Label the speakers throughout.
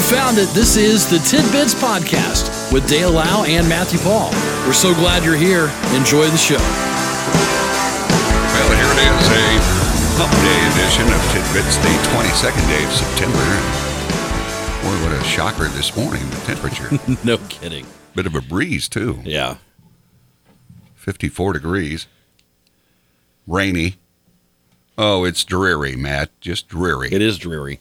Speaker 1: found it. This is the Tidbits Podcast with Dale Lau and Matthew Paul. We're so glad you're here. Enjoy the show.
Speaker 2: Well, here it is, a hump day edition of Tidbits, the 22nd day of September. Boy, what a shocker this morning, the temperature.
Speaker 1: No kidding.
Speaker 2: Bit of a breeze, too.
Speaker 1: Yeah.
Speaker 2: 54 degrees. Rainy. Oh, it's dreary, Matt. Just dreary.
Speaker 1: It is dreary.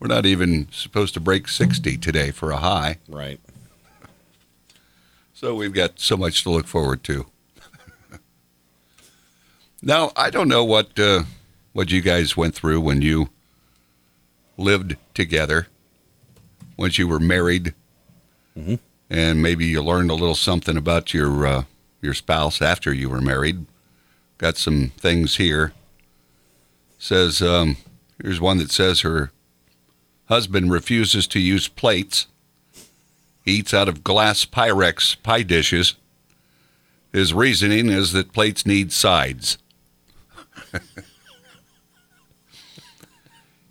Speaker 2: We're not even supposed to break 60 today for a high.
Speaker 1: Right.
Speaker 2: So we've got so much to look forward to. now I don't know what uh, what you guys went through when you lived together, once you were married, and maybe you learned a little something about your uh, your spouse after you were married. Got some things here. Says um, here's one that says her husband refuses to use plates. He eats out of glass Pyrex pie dishes. His reasoning is that plates need sides.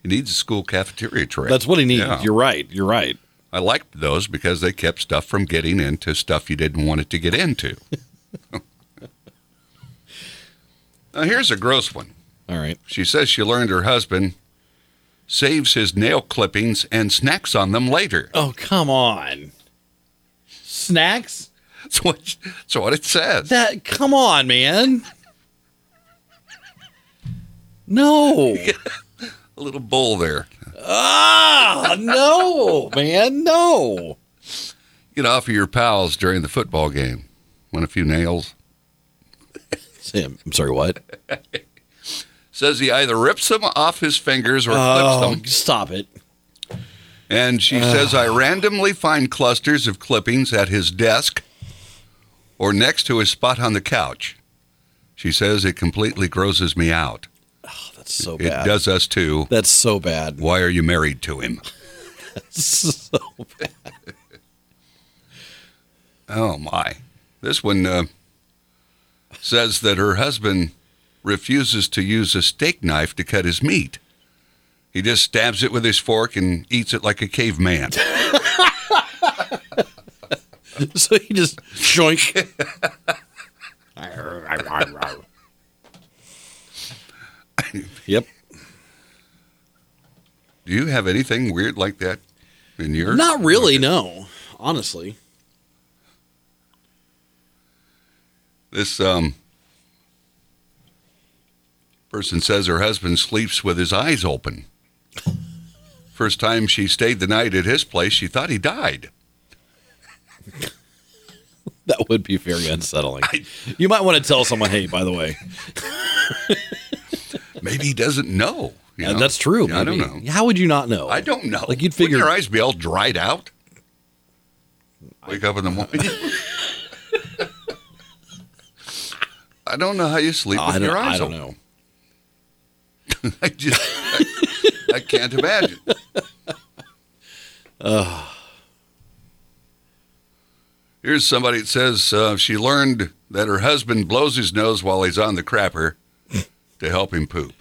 Speaker 2: he needs a school cafeteria tray.
Speaker 1: That's what he needs.
Speaker 2: Yeah.
Speaker 1: You're right. You're right.
Speaker 2: I liked those because they kept stuff from getting into stuff you didn't want it to get into. now, here's a gross one.
Speaker 1: All right.
Speaker 2: She says she learned her husband saves his nail clippings and snacks on them later.
Speaker 1: Oh, come on. Snacks?
Speaker 2: That's what, that's what it says.
Speaker 1: That come on, man. No.
Speaker 2: a little bowl there.
Speaker 1: Ah, no, man. No.
Speaker 2: Get off of your pals during the football game. Want a few nails?
Speaker 1: Sam, I'm sorry, what?
Speaker 2: Says he either rips them off his fingers or
Speaker 1: Oh,
Speaker 2: clips them.
Speaker 1: stop it.
Speaker 2: And she says, I randomly find clusters of clippings at his desk or next to his spot on the couch. She says, it completely grosses me out.
Speaker 1: That's so
Speaker 2: It
Speaker 1: bad.
Speaker 2: does us too.
Speaker 1: That's so bad.
Speaker 2: Why are you married to him?
Speaker 1: So bad.
Speaker 2: Oh my! This one uh, says that her husband refuses to use a steak knife to cut his meat. He just stabs it with his fork and eats it like a caveman.
Speaker 1: So he just joink. yep.
Speaker 2: Do you have anything weird like that in your?
Speaker 1: Not really, no. Honestly.
Speaker 2: This um, person says her husband sleeps with his eyes open. First time she stayed the night at his place, she thought he died.
Speaker 1: That would be very unsettling.
Speaker 2: I-
Speaker 1: You might want to tell someone, hey, by the way.
Speaker 2: Maybe he doesn't know. you
Speaker 1: And
Speaker 2: know?
Speaker 1: that's true.
Speaker 2: I don't
Speaker 1: maybe.
Speaker 2: know.
Speaker 1: How would you not know?
Speaker 2: I don't know.
Speaker 1: Like, you'd
Speaker 2: Wouldn't
Speaker 1: figure-
Speaker 2: your eyes be all dried out. Wake up in the morning. I don't know how you sleep
Speaker 1: I
Speaker 2: with
Speaker 1: don't,
Speaker 2: your eyes
Speaker 1: I don't
Speaker 2: open.
Speaker 1: know.
Speaker 2: I just, I, I can't imagine. Here's somebody that says uh, she learned that her husband blows his nose while he's on the crapper to help him poop.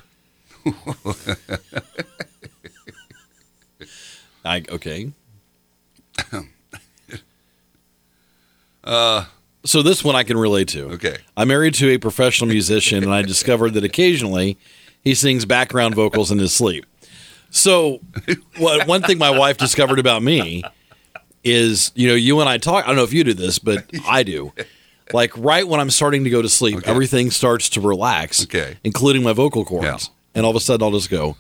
Speaker 1: I, okay. so this one I can relate to.
Speaker 2: Okay.
Speaker 1: I'm married to a professional musician, and I discovered that occasionally he sings background vocals in his sleep. So, what, one thing my wife discovered about me is, you know, you and I talk. I don't know if you do this, but I do. Like right when I'm starting to go to sleep, everything starts to relax,
Speaker 2: Okay.
Speaker 1: including my vocal cords,
Speaker 2: Yeah.
Speaker 1: and all of a sudden I'll just go.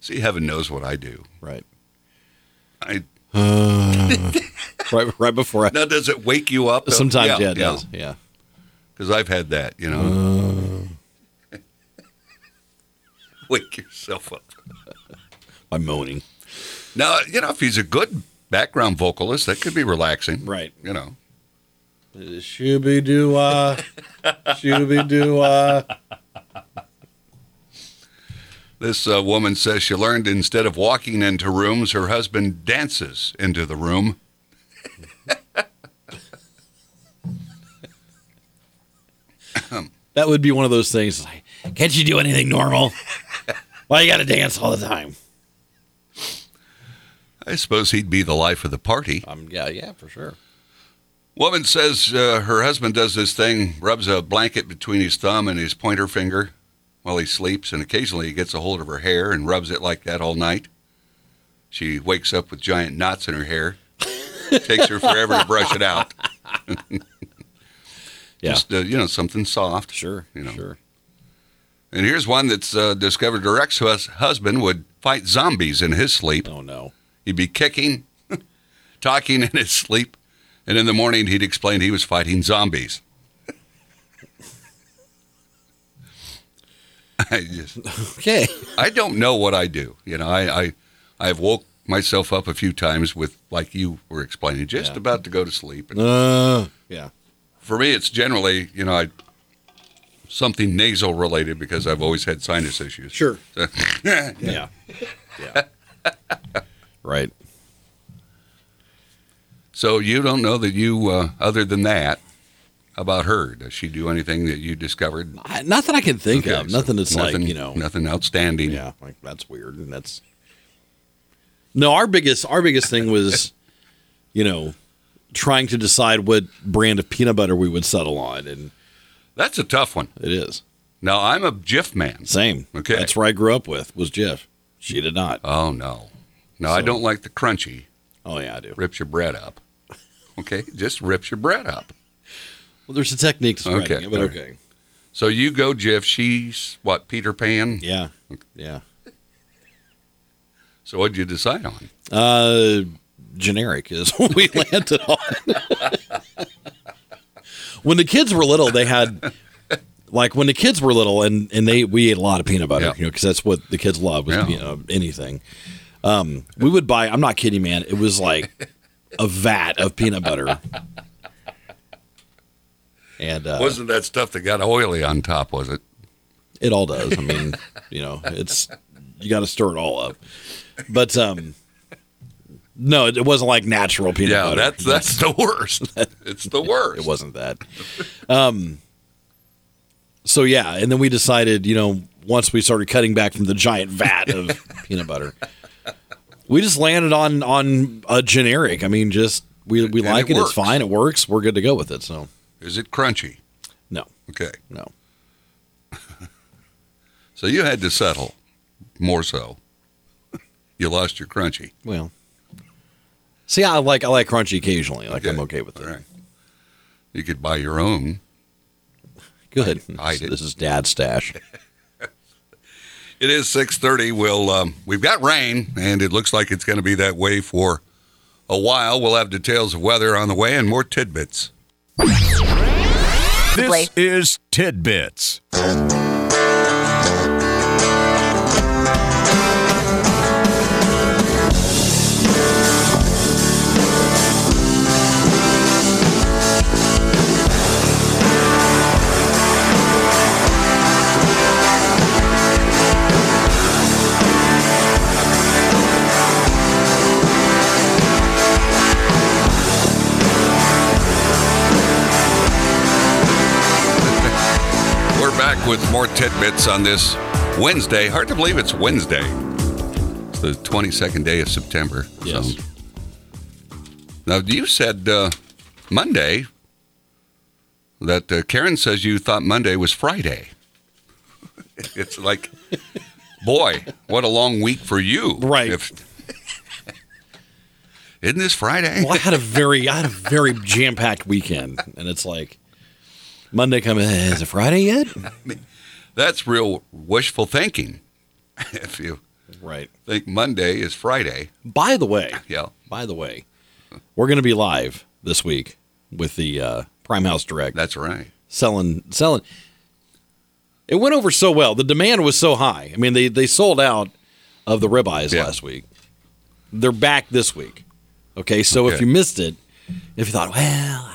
Speaker 2: See, heaven knows what I do.
Speaker 1: Right.
Speaker 2: I,
Speaker 1: Right right before I
Speaker 2: now, does it wake you up?
Speaker 1: sometimes yeah, it does. Yeah.
Speaker 2: Because I've had that, you know.
Speaker 1: Uh.
Speaker 2: Wake yourself up.
Speaker 1: I'm moaning.
Speaker 2: Now, you know, if he's a good background vocalist, that could be relaxing.
Speaker 1: Right.
Speaker 2: You know.
Speaker 1: Shooby doo ah shooby doo ah
Speaker 2: This uh, woman says she learned instead of walking into rooms, her husband dances into the room.
Speaker 1: that would be one of those things. Like, Can't you do anything normal? Why you got to dance all the time?
Speaker 2: I suppose he'd be the life of the party.
Speaker 1: Um, yeah, yeah, for sure.
Speaker 2: Woman says uh, her husband does this thing, rubs a blanket between his thumb and his pointer finger while he sleeps, and occasionally he gets a hold of her hair and rubs it like that all night. She wakes up with giant knots in her hair. Takes her forever to brush it out.
Speaker 1: Yeah,
Speaker 2: Just, uh, you know, something soft.
Speaker 1: sure,
Speaker 2: you know.
Speaker 1: sure.
Speaker 2: And here's one that's uh, discovered her ex husband would fight zombies in his sleep.
Speaker 1: Oh no,
Speaker 2: He'd be kicking, talking in his sleep, and in the morning he'd explain he was fighting zombies. I just,
Speaker 1: okay.
Speaker 2: I don't know what I do. You know, I, I, I've woke myself up a few times with, like you were explaining, just
Speaker 1: Yeah.
Speaker 2: about to go to sleep. And
Speaker 1: Uh, yeah,
Speaker 2: for me, it's generally, you know, I, something nasal related because I've always had sinus issues.
Speaker 1: sure. yeah, yeah, right.
Speaker 2: So you don't know that you, uh, other than that, about her. Does she do anything that you discovered?
Speaker 1: I, nothing I can think
Speaker 2: Okay,
Speaker 1: of.
Speaker 2: so
Speaker 1: Nothing that's like you know.
Speaker 2: nothing outstanding.
Speaker 1: Yeah, like that's weird, and that's no. Our biggest our biggest thing was, you know, trying to decide what brand of peanut butter we would settle on, and
Speaker 2: That's a tough one.
Speaker 1: it is
Speaker 2: Now I'm a Jif man.
Speaker 1: same.
Speaker 2: Okay.
Speaker 1: that's where I grew up with was Jeff. She did not.
Speaker 2: Oh no, no, I
Speaker 1: So-
Speaker 2: don't like the crunchy.
Speaker 1: Oh yeah, I do.
Speaker 2: Rips your bread up. Okay, just rips your bread up.
Speaker 1: Well, there's a technique to spreading
Speaker 2: Okay,
Speaker 1: it, but
Speaker 2: all right.
Speaker 1: okay.
Speaker 2: So you go Jif. She's what Peter Pan.
Speaker 1: Yeah, yeah.
Speaker 2: So what'd you decide on?
Speaker 1: Uh, generic is what we landed on. when the kids were little, they had like when the kids were little, and and they we ate a lot of peanut butter,
Speaker 2: Yeah.
Speaker 1: you know, because that's what the kids love was
Speaker 2: Yeah.
Speaker 1: you know, anything. Um, we would buy. I'm not kidding, man. It was like a vat of peanut butter. And uh,
Speaker 2: Wasn't that stuff that got oily on top? Was it?
Speaker 1: it all does. I mean, you know, it's you got to stir it all up. But um, no, it it wasn't like natural peanut
Speaker 2: Yeah,
Speaker 1: butter.
Speaker 2: that's that's the worst. it's the worst.
Speaker 1: it wasn't that. Um, so yeah, and then we decided, you know, once we started cutting back from the giant vat of peanut butter, we just landed on on a generic. I mean, just we we
Speaker 2: And
Speaker 1: like
Speaker 2: it
Speaker 1: it.
Speaker 2: works.
Speaker 1: It's fine. It works. We're good to go with it. So
Speaker 2: Is it crunchy?
Speaker 1: no,
Speaker 2: Okay.
Speaker 1: no,
Speaker 2: So you had to settle, more so. You lost your crunchy.
Speaker 1: well. See, I like I like crunchy occasionally. Like I'm okay with it.
Speaker 2: All right. You could buy your own.
Speaker 1: Good.
Speaker 2: hide it.
Speaker 1: This is dad's stash.
Speaker 2: It is six thirty. We'll um, we've got rain, and it looks like it's going to be that way for a while. We'll have details of weather on the way and more tidbits.
Speaker 3: Blake.
Speaker 4: This is Tidbits.
Speaker 2: We're back with more tidbits on this Wednesday. Hard to believe it's Wednesday. It's the twenty second day of September.
Speaker 1: Yes.
Speaker 2: Now you said uh, Monday that uh, Karen says you thought Monday was Friday. it's like, boy, what a long week for you,
Speaker 1: Right.
Speaker 2: isn't this Friday?
Speaker 1: Well, I had a very, I had a very jam-packed weekend, and it's like Monday coming. eh, Is it Friday yet?
Speaker 2: That's real wishful thinking. if you
Speaker 1: Right.
Speaker 2: think Monday is Friday,
Speaker 1: By the way,
Speaker 2: yeah.
Speaker 1: by the way, we're going to be live this week with the uh, Prime House Direct
Speaker 2: That's right.
Speaker 1: selling, selling. It went over so well. The demand was so high. I mean, they they sold out of the ribeyes
Speaker 2: Yeah.
Speaker 1: last week. They're back this week. Okay, so if
Speaker 2: Okay.
Speaker 1: you missed it, if you thought, well,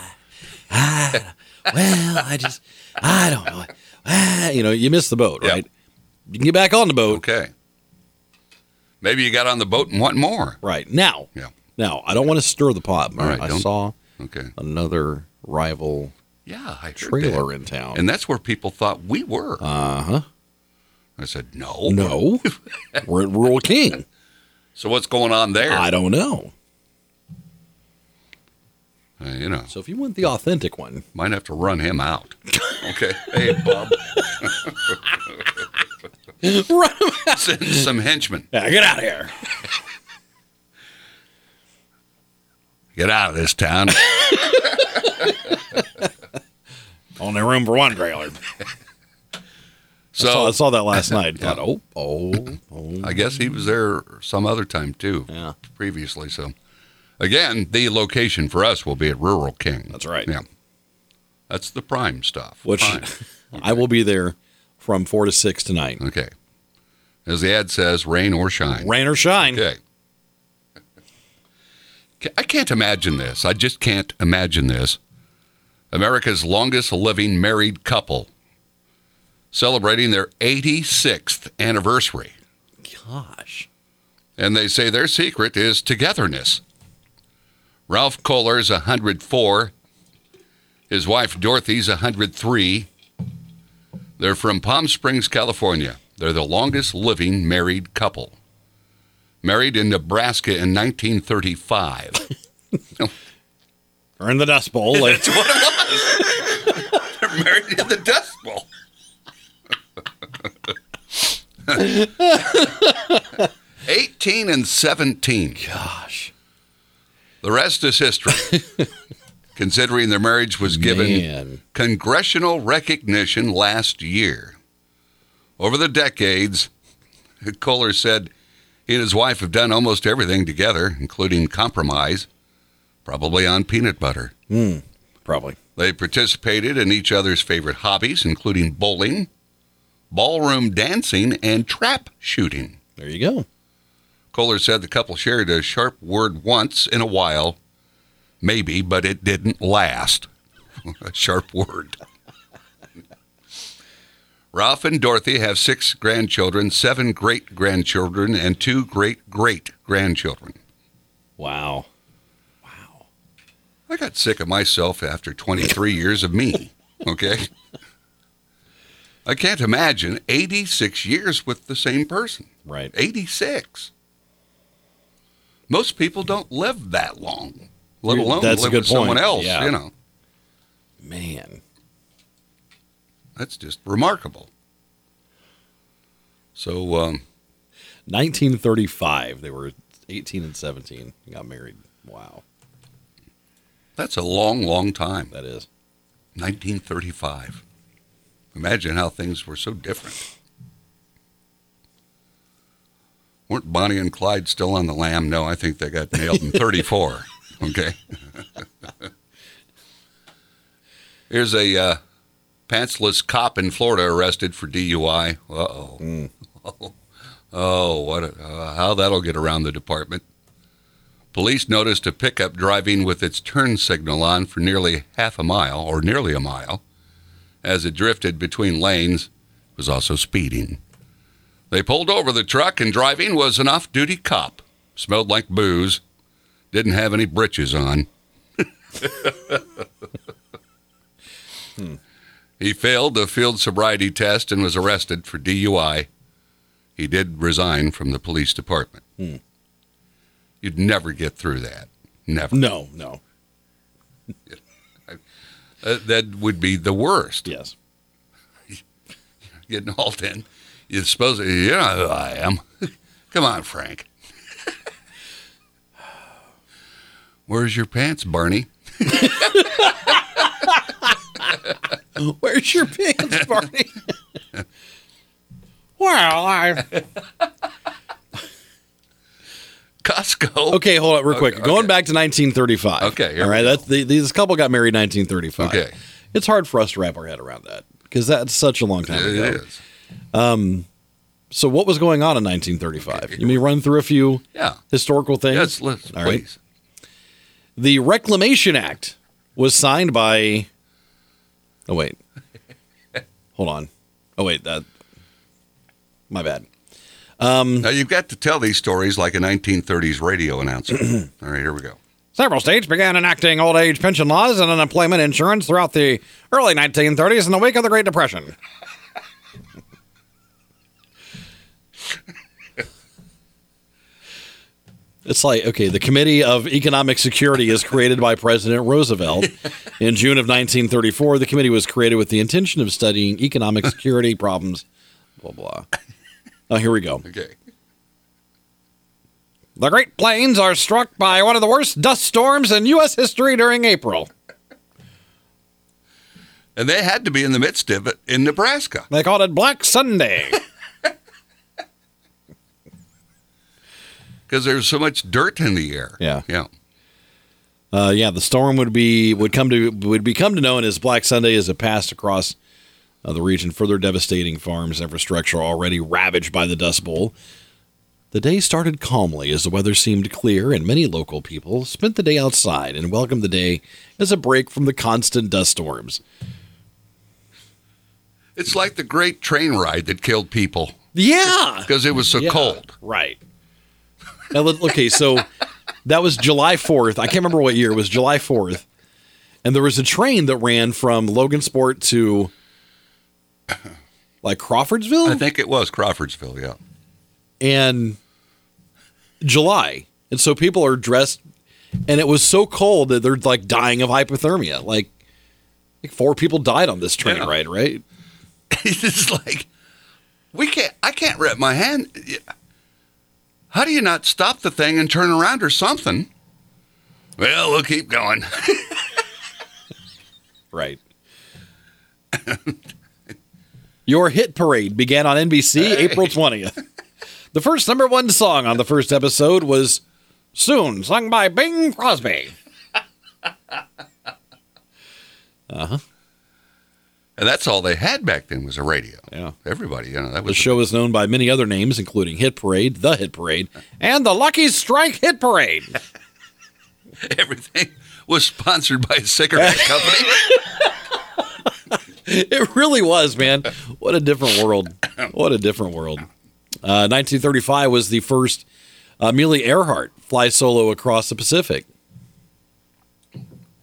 Speaker 1: I, I well, I just, I don't know, ah, you know, you missed the boat,
Speaker 2: Yeah.
Speaker 1: right? You can get back on the boat
Speaker 2: Okay. Maybe you got on the boat and want more.
Speaker 1: right now.
Speaker 2: Yeah.
Speaker 1: Now, I don't want to stir the pot.
Speaker 2: All right,
Speaker 1: I
Speaker 2: don't-
Speaker 1: saw
Speaker 2: Okay.
Speaker 1: another rival
Speaker 2: Yeah, I heard
Speaker 1: trailer
Speaker 2: that.
Speaker 1: in town.
Speaker 2: And that's where people thought we were.
Speaker 1: uh huh.
Speaker 2: I said, no.
Speaker 1: No, we're at Rural King.
Speaker 2: So what's going on there?
Speaker 1: I don't know.
Speaker 2: Uh, you know,
Speaker 1: So if you want the authentic one,
Speaker 2: might have to run him out. Okay. Hey, Bob,
Speaker 1: run.
Speaker 2: send some henchmen.
Speaker 1: Yeah, get out of here.
Speaker 2: Get out of this town.
Speaker 1: Only room for one trailer. I, saw, I
Speaker 2: So
Speaker 1: saw that last night. Thought, oh, oh, oh.
Speaker 2: I guess he was there some other time too.
Speaker 1: Yeah.
Speaker 2: Previously. So again, the location for us will be at Rural King.
Speaker 1: That's right.
Speaker 2: Yeah. That's the prime stuff.
Speaker 1: Which
Speaker 2: Prime.
Speaker 1: I will be there from four to six tonight.
Speaker 2: Okay. As the ad says, rain or shine.
Speaker 1: Rain or shine.
Speaker 2: Okay. Ca- I can't imagine this. I just can't imagine this. America's longest living married couple celebrating their 86th anniversary.
Speaker 1: Gosh.
Speaker 2: And they say their secret is togetherness. Ralph Kohler's 104. His wife Dorothy's 103. They're from Palm Springs, California. They're the longest living married couple. Married in Nebraska in 1935.
Speaker 1: Or in the Dust Bowl. Like,
Speaker 2: They're married in the Dust Bowl. Eighteen and seventeen.
Speaker 1: gosh.
Speaker 2: The rest is history. Considering their marriage was given
Speaker 1: Man.
Speaker 2: congressional recognition last year. Over the decades, Kohler said he and his wife have done almost everything together, including compromise, probably on peanut butter.
Speaker 1: Probably.
Speaker 2: They participated in each other's favorite hobbies, including bowling, ballroom dancing, and trap shooting.
Speaker 1: There you go.
Speaker 2: Kohler said the couple shared a sharp word once in a while, maybe, but it didn't last. a sharp word. Ralph and Dorothy have six grandchildren, seven great grandchildren, and two great great grandchildren.
Speaker 1: Wow.
Speaker 2: I got sick of myself after 23 years of me. Okay. I can't imagine 86 years with the same person.
Speaker 1: Right.
Speaker 2: 86. Most people don't live that long, let
Speaker 1: You're-
Speaker 2: alone
Speaker 1: that's a
Speaker 2: live
Speaker 1: good
Speaker 2: with someone
Speaker 1: point.
Speaker 2: else.
Speaker 1: Yeah.
Speaker 2: You know,
Speaker 1: Man.
Speaker 2: that's just remarkable. So, um,
Speaker 1: 1935. They were 18 and 17. and Got married. Wow.
Speaker 2: that's a long, long time.
Speaker 1: That is.
Speaker 2: 1935. Imagine how things were so different. Weren't Bonnie and Clyde still on the lam? No, I think they got nailed in 34. Okay. Here's a uh, pantsless cop in Florida arrested for DUI. Uh oh. Oh, what? A, uh, how that'll get around the department. Police noticed a pickup driving with its turn signal on for nearly half a mile, or nearly a mile, as it drifted between lanes. It was also speeding. They pulled over the truck, and driving was an off duty cop. Smelled like booze, didn't have any britches on. He failed the field sobriety test and was arrested for DUI. He did resign from the police department. You'd never get through that. Never.
Speaker 1: No, no.
Speaker 2: Uh, that would be the worst.
Speaker 1: Yes.
Speaker 2: Getting hauled in. You're supposed to, you know who I am. Come on, Frank. Where's your pants, Barney?
Speaker 1: Where's your pants, Barney? well, I.
Speaker 2: Costco.
Speaker 1: Okay, hold on real quick.
Speaker 2: Okay,
Speaker 1: Going
Speaker 2: okay.
Speaker 1: back to 1935.
Speaker 2: Okay, here
Speaker 1: all
Speaker 2: we
Speaker 1: right.
Speaker 2: go.
Speaker 1: That's the, these couple got married 1935.
Speaker 2: Okay.
Speaker 1: It's hard for us to wrap our head around that because that's such a long time
Speaker 2: It
Speaker 1: ago.
Speaker 2: is.
Speaker 1: So what was going on in 1935? Let me run through a few
Speaker 2: Yeah.
Speaker 1: historical things.
Speaker 2: Yes, let's,
Speaker 1: All right.
Speaker 2: please.
Speaker 1: The Reclamation Act was signed by. Oh wait, hold on. Oh wait, that. My bad.
Speaker 2: Now, you've got to tell these stories like a 1930s radio announcer. All right, here we go.
Speaker 1: Several states began enacting old age pension laws and unemployment insurance throughout the early 1930s in the wake of the Great Depression. It's like, okay, the Committee of Economic Security is created by President Roosevelt. In June of 1934, the committee was created with the intention of studying economic security problems, blah, blah. Oh, here we go.
Speaker 2: Okay.
Speaker 1: The Great Plains are struck by one of the worst dust storms in U.S. history during April.
Speaker 2: And they had to be in the midst of it in Nebraska.
Speaker 1: They called it Black Sunday.
Speaker 2: because there's so much dirt in the air.
Speaker 1: Yeah.
Speaker 2: yeah.
Speaker 1: Uh, yeah, the storm would be would come to would become to known as Black Sunday as it passed across uh, the region, further devastating farms infrastructure already ravaged by the Dust Bowl. The day started calmly as the weather seemed clear, and many local people spent the day outside and welcomed the day as a break from the constant dust storms.
Speaker 2: It's like the great train ride that killed people
Speaker 1: Yeah,
Speaker 2: because it was so
Speaker 1: Yeah,
Speaker 2: cold.
Speaker 1: Right. Now, let- okay, so that was July 4th. I can't remember what year. It was July 4th. And there was a train that ran from Logansport to like Crawfordsville?
Speaker 2: I think it was Crawfordsville, yeah.
Speaker 1: and July. And so people are dressed and it was so cold that they're like dying of hypothermia. Like, like four people died on this train
Speaker 2: Yeah.
Speaker 1: ride, right?
Speaker 2: it's just like we can't I can't wrap my hand how do you not stop the thing and turn around or something? Well, we'll keep going.
Speaker 1: Right. Your hit parade began on NBC April 20th. The first number one song on the first episode was Soon, sung by Bing Crosby.
Speaker 2: And that's all they had back then was a radio.
Speaker 1: Yeah.
Speaker 2: Everybody, you know, that
Speaker 1: The
Speaker 2: was
Speaker 1: show is known by many other names, including Hit Parade, The Hit Parade, and The Lucky Strike Hit Parade.
Speaker 2: everything was sponsored by a cigarette company.
Speaker 1: It really was, man. What a different world. What a different world. Uh, 1935 was the first uh, Amelia Earhart fly solo across the Pacific.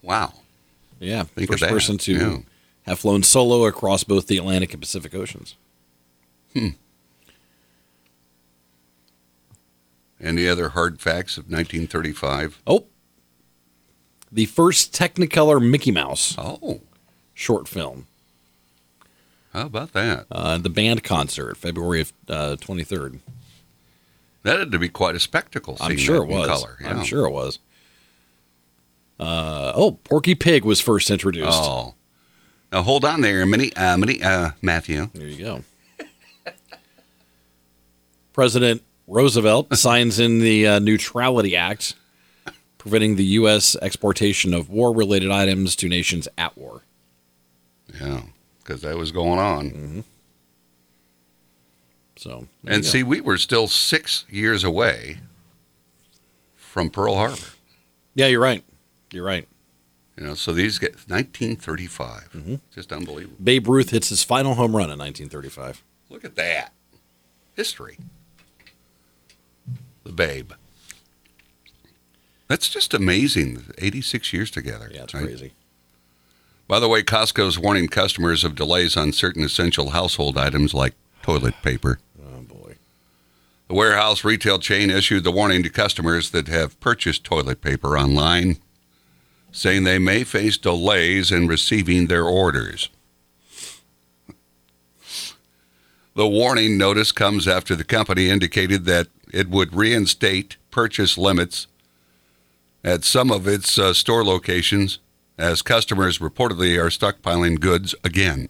Speaker 2: Wow.
Speaker 1: Yeah,
Speaker 2: Think of
Speaker 1: first
Speaker 2: that,
Speaker 1: person to
Speaker 2: yeah.
Speaker 1: have flown solo across both the Atlantic and Pacific Oceans.
Speaker 2: And the other hard facts of 1935.
Speaker 1: Oh, the first Technicolor Mickey Mouse
Speaker 2: Oh,
Speaker 1: short film.
Speaker 2: how about that?
Speaker 1: Uh, the band concert, February of uh, 23rd.
Speaker 2: That had to be quite a spectacle.
Speaker 1: I'm
Speaker 2: seeing
Speaker 1: sure
Speaker 2: that
Speaker 1: it
Speaker 2: in
Speaker 1: was.
Speaker 2: Color, yeah.
Speaker 1: I'm sure it was. Uh, oh, Porky Pig was first introduced.
Speaker 2: Oh, now hold on there, Minnie. Uh, Minnie. Uh, Matthew.
Speaker 1: There you go. President Roosevelt signs in the uh, Neutrality Act, preventing the U.S. exportation of war related items to nations at war.
Speaker 2: Yeah, because that was going on.
Speaker 1: Mm-hmm. So, there
Speaker 2: And
Speaker 1: you go.
Speaker 2: see, we were still six years away from Pearl Harbor.
Speaker 1: yeah, you're right. You're right.
Speaker 2: You know, so these get 1935.
Speaker 1: Mm-hmm.
Speaker 2: Just unbelievable.
Speaker 1: Babe Ruth hits his final home run in 1935.
Speaker 2: Look at that history. The Babe. That's just amazing. 86 years together.
Speaker 1: Yeah, it's
Speaker 2: right?
Speaker 1: crazy.
Speaker 2: By the way, Costco's warning customers of delays on certain essential household items like toilet paper.
Speaker 1: Oh boy.
Speaker 2: The warehouse retail chain issued the warning to customers that have purchased toilet paper online, saying they may face delays in receiving their orders. The warning notice comes after the company indicated that it would reinstate purchase limits at some of its uh, store locations as customers reportedly are stockpiling goods again.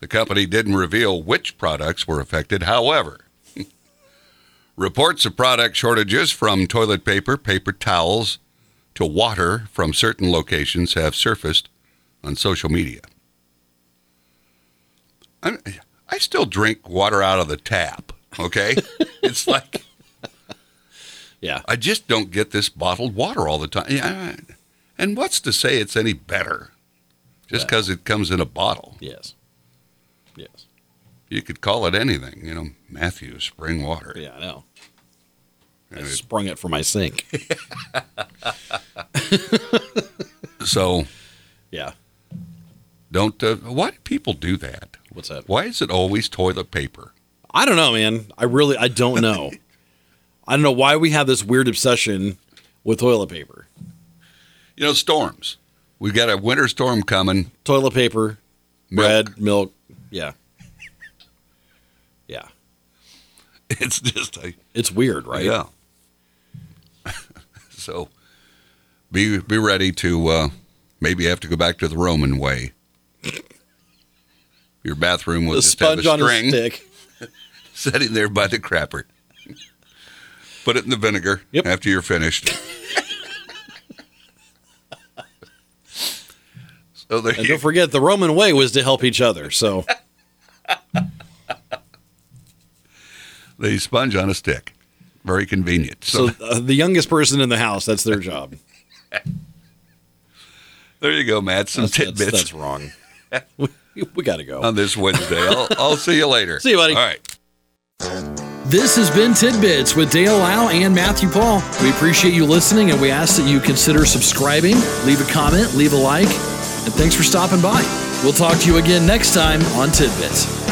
Speaker 2: The company didn't reveal which products were affected, however. Reports of product shortages from toilet paper, paper towels, to water from certain locations have surfaced on social media. i I still drink water out of the tap, okay? it's like
Speaker 1: Yeah.
Speaker 2: I just don't get this bottled water all the time. Yeah, I- and what's to say it's any better just because it comes in a bottle?
Speaker 1: Yes. Yes.
Speaker 2: You could call it anything, you know, Matthew spring water.
Speaker 1: Yeah, I know. I sprung it from my sink.
Speaker 2: So
Speaker 1: yeah.
Speaker 2: don't. Uh, why do people do that?
Speaker 1: What's that?
Speaker 2: Why is it always toilet paper?
Speaker 1: I don't know, man. I really I don't know. I don't know why we have this weird obsession with toilet paper.
Speaker 2: You know, storms. We got a winter storm coming.
Speaker 1: Toilet paper,
Speaker 2: Milk.
Speaker 1: bread, milk. Yeah. Yeah.
Speaker 2: It's just a
Speaker 1: It's weird, right?
Speaker 2: yeah. so be be ready to uh, maybe have to go back to the Roman way. Your bathroom will
Speaker 1: The
Speaker 2: just have a
Speaker 1: sponge on a
Speaker 2: string
Speaker 1: stick.
Speaker 2: sitting there by the crapper. Put it in the vinegar
Speaker 1: Yep.
Speaker 2: after you're finished. so there
Speaker 1: And
Speaker 2: you
Speaker 1: don't forget the Roman way was to help each other. So
Speaker 2: the sponge on a stick. Very convenient.
Speaker 1: so
Speaker 2: So,
Speaker 1: uh, the youngest person in the house, that's their job.
Speaker 2: there you go, Matt. Some
Speaker 1: That's, that's,
Speaker 2: tidbits
Speaker 1: that's wrong. We, we got to go.
Speaker 2: on this Wednesday. I'll, I'll see you later.
Speaker 1: See you, buddy.
Speaker 2: All right.
Speaker 1: This has been Tidbits with Dale Lau and Matthew Paul. We appreciate you listening and we ask that you consider subscribing, leave a comment, leave a like, and thanks for stopping by. We'll talk to you again next time on Tidbits.